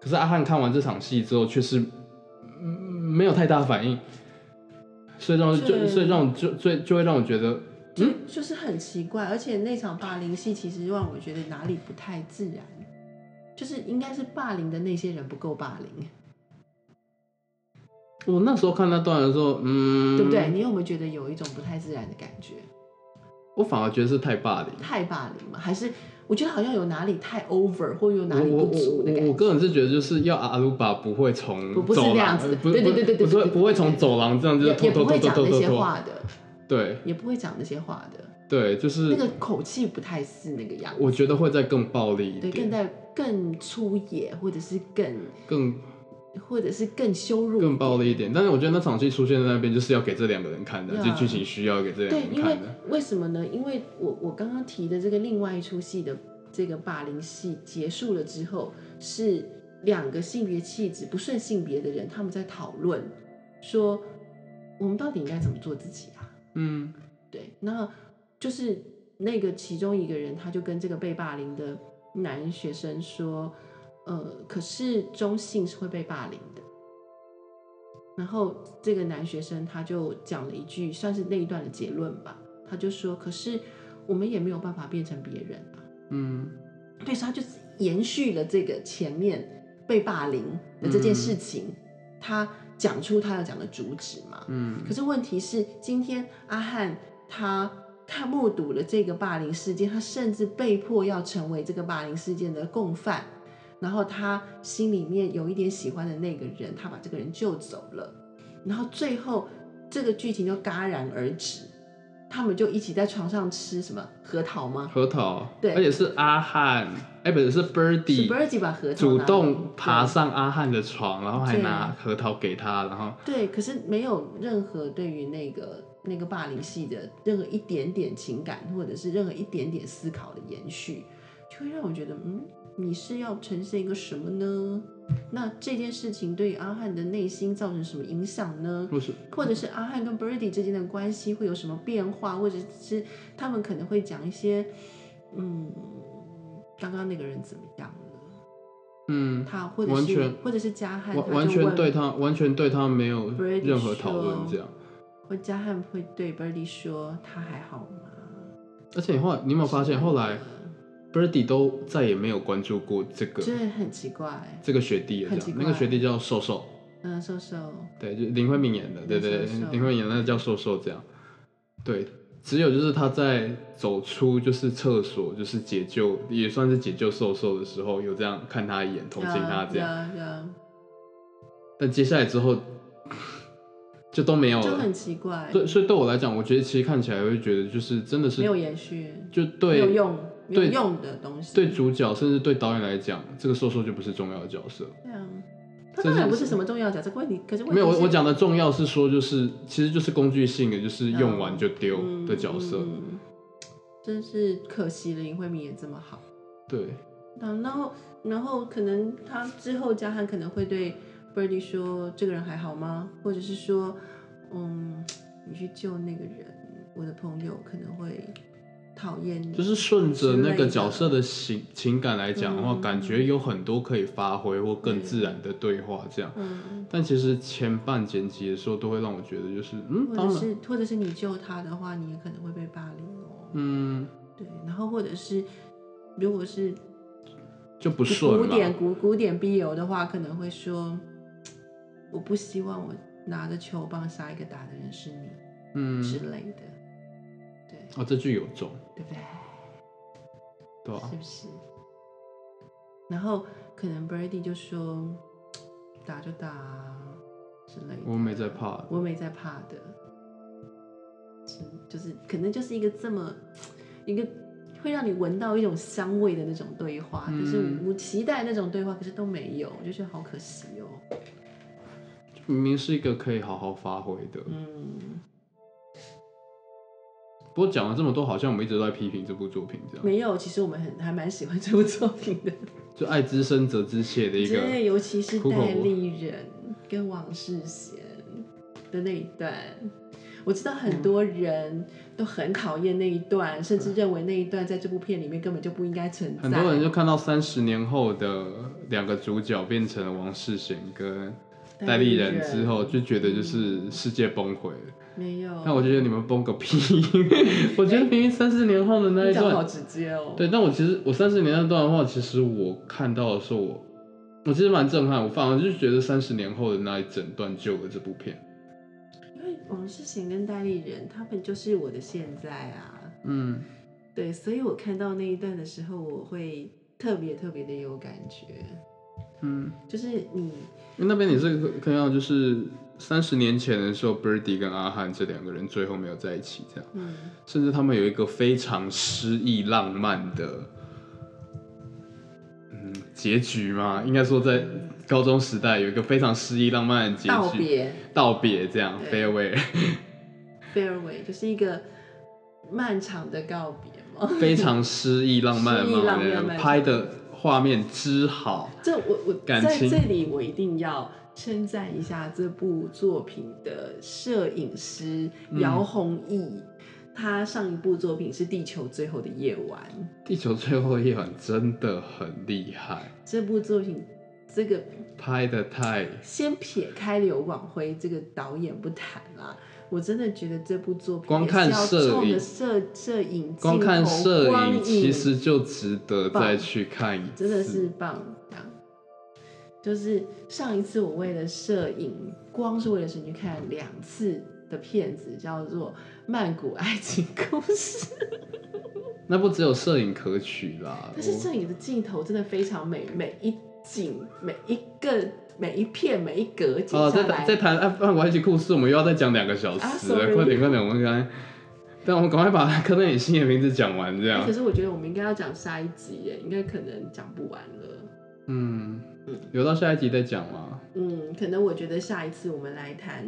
可是阿汉看完这场戏之后，却是嗯没有太大反应，所以让我就对所以让我就最就会让我觉得，就就是很奇怪，而且那场霸凌戏其实让我觉得哪里不太自然，就是应该是霸凌的那些人不够霸凌，我那时候看那段的时候，嗯，对不对？？你有没有觉得有一种不太自然的感觉？我反而觉得是太霸凌。太霸凌吗？还是我觉得好像有哪里太 over 或有哪我里我不足的感觉？我我个人是觉得，就是要阿鲁巴不会从不不是走那廊样子的，不对对不对对对不会对对不会从走廊这样就是也拖也不拖拖会拖讲拖那拖些拖，话的，对也不会讲那些话的，对，就是那个口气不太是那个样子，我觉得会再更暴力一对，更点，在更粗野，或者是更更或者是更羞辱，更暴力一点。但是我觉得那场戏出现在那边，就是要给这两个人看的， Yeah 就剧情需要给这两个啊对，人因为看的。为什么呢？因为我我刚刚提的这个另外一出戏的这个霸凌戏结束了之后，是两个性别气质不顺性别的人，他们在讨论说，我们到底应该怎么做自己啊？嗯，对，那就是那个其中一个人，他就跟这个被霸凌的男学生说，呃，可是中性是会被霸凌的。然后这个男学生他就讲了一句，算是那一段的结论吧，他就说，可是我们也没有办法变成别人啊。嗯，对，所以他就延续了这个前面被霸凌的这件事情，他讲出他要讲的主旨嘛。嗯，可是问题是，今天阿汉他他目睹了这个霸凌事件，他甚至被迫要成为这个霸凌事件的共犯，然后他心里面有一点喜欢的那个人，他把这个人救走了，然后最后这个剧情就戛然而止，他们就一起在床上吃什么核桃吗？核桃，对而且是阿汉，哎，不是是是 Birdy。 Birdy 把核桃主拿动爬对上阿汉的床，然后还对拿核桃给他，然后对，可是没有任何对于那个那个霸凌系的任何一点点情感，或者是任何一点点思考的延续，就会让我觉得，嗯，你是要呈现一个什么呢？那这件事情对于阿汉的内心造成什么影响呢？不是或者是阿汉跟 Birdy 之间的关系会有什么变化，或者是他们可能会讲一些，嗯，刚刚那个人怎么样了？嗯，他或者完是全或者是加汉，完他完就全问对他完全对他没有 Brady 任何讨论这样。我加汉会对 Birdy 说他还好吗？而且你后来你有没有发现，后来 Birdy 都再也没有关注过这个真的很奇怪。这个学弟了，这很样奇那怪个学弟叫瘦瘦，嗯，瘦瘦，对，就林慧敏演的，对对瘦对，瘦林慧敏演的那叫瘦瘦这样，对。只有就是他在走出就是厕所，就是解救也算是解救瘦瘦的时候，有这样看他一眼，同情他这样。哦样，对啊但接下来之后就都没有就了。很奇怪，对，所以对我来讲，我觉得其实看起来会觉得就是真的是没有延续，就没有对用，没有对用的东西。对主角甚至对导演来讲，这个瘦瘦就不是重要的角色。对啊，他这当然是不是什么重要角色，可是问题可是问题没有，我是我讲的重要是说，就是其实就是工具性的，就是用完就丢嗯的角色。嗯嗯真是可惜了，林慧敏也这么好。对，嗯然后然后可能他之后加汉可能会对 Birdy 说：“这个人还好吗？”或者是说：“嗯，你去救那个人，我的朋友可能会讨厌你。”就是顺着之那类个的角色的情情感来讲的话，嗯感觉有很多可以发挥或更对自然的对话这样。嗯，但其实前半剪辑的时候，都会让我觉得就是，嗯，或当者然，是或者是你救他的话，你也可能会被霸凌哦。嗯，对，然后或者是如果是就不古顺嘛。典古古典 BL 的话，可能会说：“我不希望我拿着球棒下一个打的人是你、嗯，之类的。”对，哦，这句有重，对不对？对吧、是不是？然后可能 Brady 就说打就打啊之类的，我没在怕。我没在怕的，是就是可能就是一个这么一个会让你闻到一种香味的那种对话，但是嗯我期待那种对话，可是都没有，我就觉得好可惜哦。明明是一个可以好好发挥的。嗯，不过讲了这么多，好像我们一直都在批评这部作品，这样没有，其实我们很还蛮喜欢这部作品的，就爱之深则之切的一真的，个，尤其是苦口戴婆立人跟王世贤的那一段，我知道很多人都很讨厌那一段，甚至认为那一段在这部片里面根本就不应该存在。很多人就看到三十年后的两个主角变成了王世贤跟戴立人之后，就觉得就是世界崩毁了。没有，但我觉得你们崩个屁！我觉得明明三十年后的那一你讲段，好直接哦。对，但我其实我三十年那段的话，其实我看到的时候，我我其实蛮震撼，我反而就觉得三十年后的那一整段救了这部片。因为王世贤跟戴立人，他们就是我的现在啊。嗯，对，所以我看到那一段的时候，我会特别特别的有感觉。嗯，就是你，因为那边你是可可以看到，就是三十年前的时候，Birdy 跟阿汉这两个人最后没有在一起，这样。嗯，甚至他们有一个非常诗意浪漫的，嗯，结局嘛，应该说在高中时代有一个非常诗意浪漫的结局，道别道别这样对，farewell， fareway 就是一个漫长的告别嘛。非常诗意浪漫的 诗意浪漫嘛漫拍的画面之好， 这我我感在情这里我一定要称赞一下这部作品的摄影师嗯姚弘毅，他上一部作品是《地球最后的夜晚》。地球最后一晚真的很厉害，这部作品，这个拍的太先撇开刘广辉这个导演不谈啦，我真的觉得这部作品光也是看要摄冲着影摄摄影光镜看头摄光影其实就值得再去看一次，真的是棒，这样。就是上一次我为了摄影，光是为了神去看两次的片子，叫做《曼谷爱情故事》，那不只有摄影可取啦，但是我摄影的镜头真的非常美，每一景、每一个、每一片、每一格景哦，下在来，谈在谈啊，曼谷爱情故事，我们又要再讲两个小啊时了， ，sorry 快点快点，我们赶快，但我们赶快把 柯南也新的名字讲完，这哎样可，是我觉得我们应该要讲下一集耶，应该可能讲不完了。嗯，留到下一集再讲嘛。嗯，可能我觉得下一次我们来谈，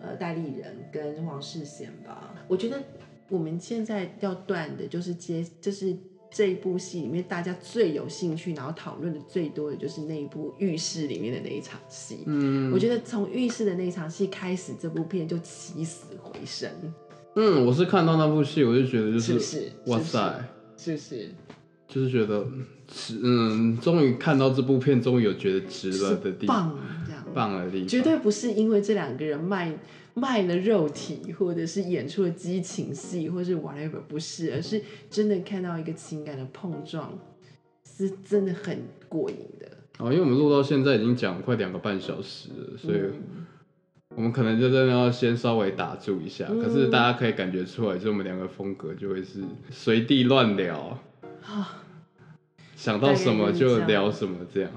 呃，戴立人跟王世贤吧。我觉得我们现在要断的就是接，就是这一部戏里面大家最有兴趣，然后讨论的最多的就是那一部浴室里面的那一场戏。嗯我觉得从浴室的那一场戏开始，这部片就起死回生，嗯，我是看到那部戏，我就觉得就是不是？哇塞，是不是，就是觉得值嗯，终于看到这部片，终于有觉得值是了不的是？地方，棒，这样棒的地方，绝对不是因为这两个人卖卖了肉体，或者是演出了激情戏，或是 whatever，不是，而是真的看到一个情感的碰撞，是真的很过瘾的。哦，因为我们录到现在已经讲快两个半小时了，所嗯以我们可能就真的要先稍微打住一下。可是大家可以感觉出来，就是我们两个风格就会是随地乱聊，啊，想到什么大概就是就这样聊什么这样。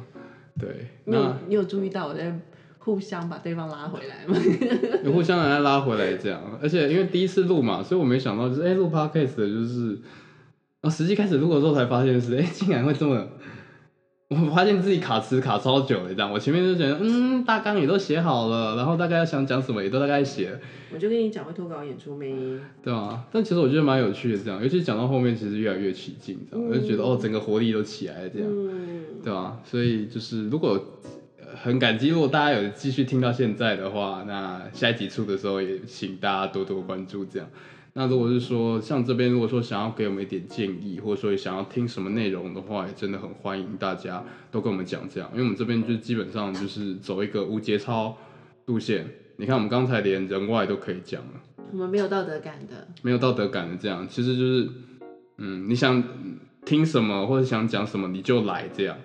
对，你有那你有注意到我在互相把对方拉回来吗？有互相把它拉回来这样。而且因为第一次录嘛，所以我没想到就是哎录、podcast 的就是，然后实际开始录的时候才发现是哎、竟然会这么。我发现自己卡词卡超久了，这样我前面就觉得，嗯，大纲也都写好了，然后大概要想讲什么也都大概写了， 我就跟你讲会脱稿演出没？对啊，但其实我觉得蛮有趣的，这样，尤其讲到后面，其实越来越起劲，这样，我就觉得哦，整个活力都起来了，这样，嗯，对啊，所以就是如果呃很感激，如果大家有继续听到现在的话，那下一集出的时候也请大家多多关注，这样。那如果是说像这边，如果说想要给我们一点建议，或者说想要听什么内容的话，也真的很欢迎大家都跟我们讲这样，因为我们这边就基本上就是走一个无节操路线。你看，我们刚才连人外都可以讲了。我们没有道德感的，没有道德感的这样，其实就是，嗯，你想听什么或者想讲什么你就来这样。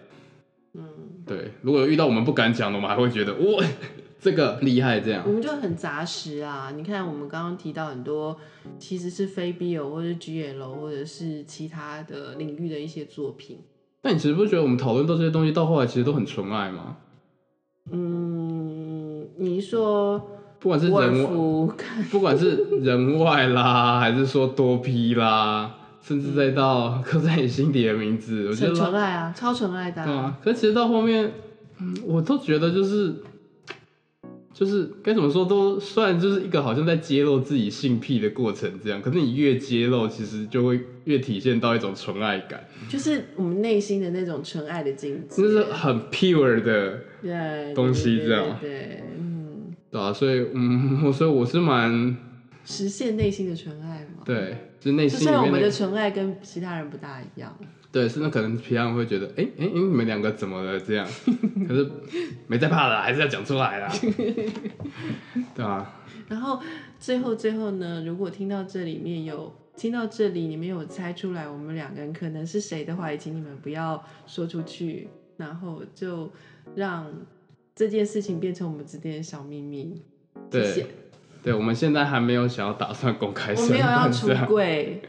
嗯，对，如果有遇到我们不敢讲的，我们还会觉得哇， 这个厉害这样我。们就很杂食啊。你看我们刚刚提到很多其实是非 BL 或者 GL 或者是其他的领域的一些作品。但你其实不觉得我们讨论到这些东西到后来其实都很纯爱吗？嗯，你说不管是沃尔人外，夫，不管是人外啦，还是说多批啦，甚至再到刻在你心底的名字，我觉很得纯爱啊，超纯爱的、对啊，可是其实到后面，嗯，我都觉得就是，就是该怎么说都，虽然就是一个好像在揭露自己性癖的过程这样，可是你越揭露，其实就会越体现到一种纯爱感，就是我们内心的那种纯爱的境界，嗯就是很 pure 的，对东西对这样对对，对嗯，对啊，所以嗯，我所以我是蛮，实现内心的纯爱嘛。对，就是内就心虽然里我们面的的，纯爱跟其他人不大一样，对，甚至可能其他人会觉得，哎哎哎，你们两个怎么了这样？ 可是没在怕的，还是要讲出来啦， 对啊，然后最后最后呢，如果听到这里面有听到这里，你们有猜出来我们两个人可能是谁的话，也请你们不要说出去，然后就让这件事情变成我们之间的小秘密。谢对谢。对，我们现在还没有想要打算公开我身没份有要出这样，柜。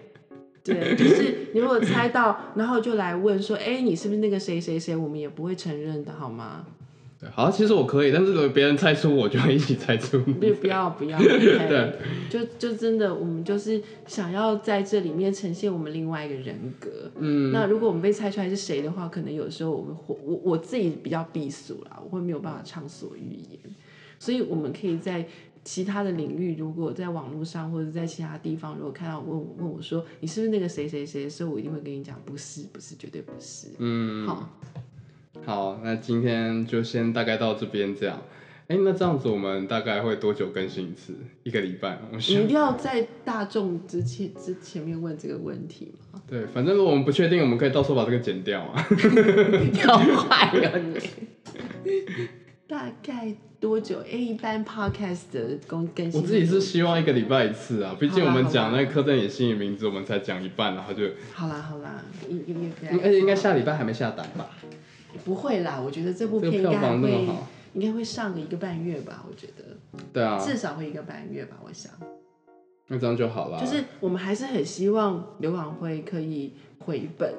对，就是你如果猜到，然后就来问说，哎、你是不是那个谁谁谁？我们也不会承认的，好吗？对好，其实我可以，但是如果别人猜出，我就会一起猜出你。不，不要，不要，对，就就真的，我们就是想要在这里面呈现我们另外一个人格。嗯，那如果我们被猜出来是谁的话，可能有时候我们会我我自己比较避俗啦，我会没有办法畅所欲言，所以我们可以在其他的领域，如果在网络上或者在其他地方，如果看到我问我问我说你是不是那个谁谁谁的时候，我一定会跟你讲不是，不是，绝对不是。嗯，好，好，那今天就先大概到这边这样。哎、那这样子我们大概会多久更新一次？一个礼拜，我你想一定要在大众之前之前面问这个问题吗？对，反正如果我们不确定，我们可以到时候把这个剪掉啊。你好坏哦你。 大概多久？哎、一般 podcast 的更更新，我自己是希望一个礼拜一次啊，毕竟我好啦啊们好讲啦那个柯震野新的名字，我们才讲一半，然后就，好啦好啦，一一个礼拜嗯而且应该下礼拜还没下单吧？不会啦，我觉得这部这个片应该票还房那会么好，应该会上个一个半月吧，我觉得、对啊，至少会一个半月吧，我想。那这样就好了。就是我们还是很希望刘广辉可以回本，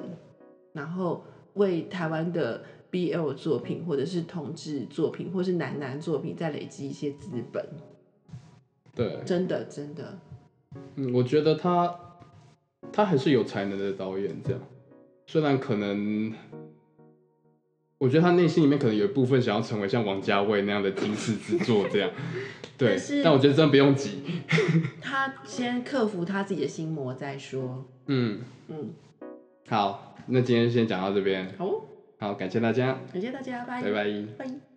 然后为台湾的 BL 作品或者是同志作品或是男男作品再累积一些资本，对，真的真的。嗯，我觉得他他还是有才能的导演，这样虽然可能，我觉得他内心里面可能有一部分想要成为像王家卫那样的惊世之作，这样对但是，但我觉得真的不用急，他先克服他自己的心魔再说。嗯，嗯，好，那今天就先讲到这边，好哦，好，感谢大家，感谢大家，拜拜拜。拜。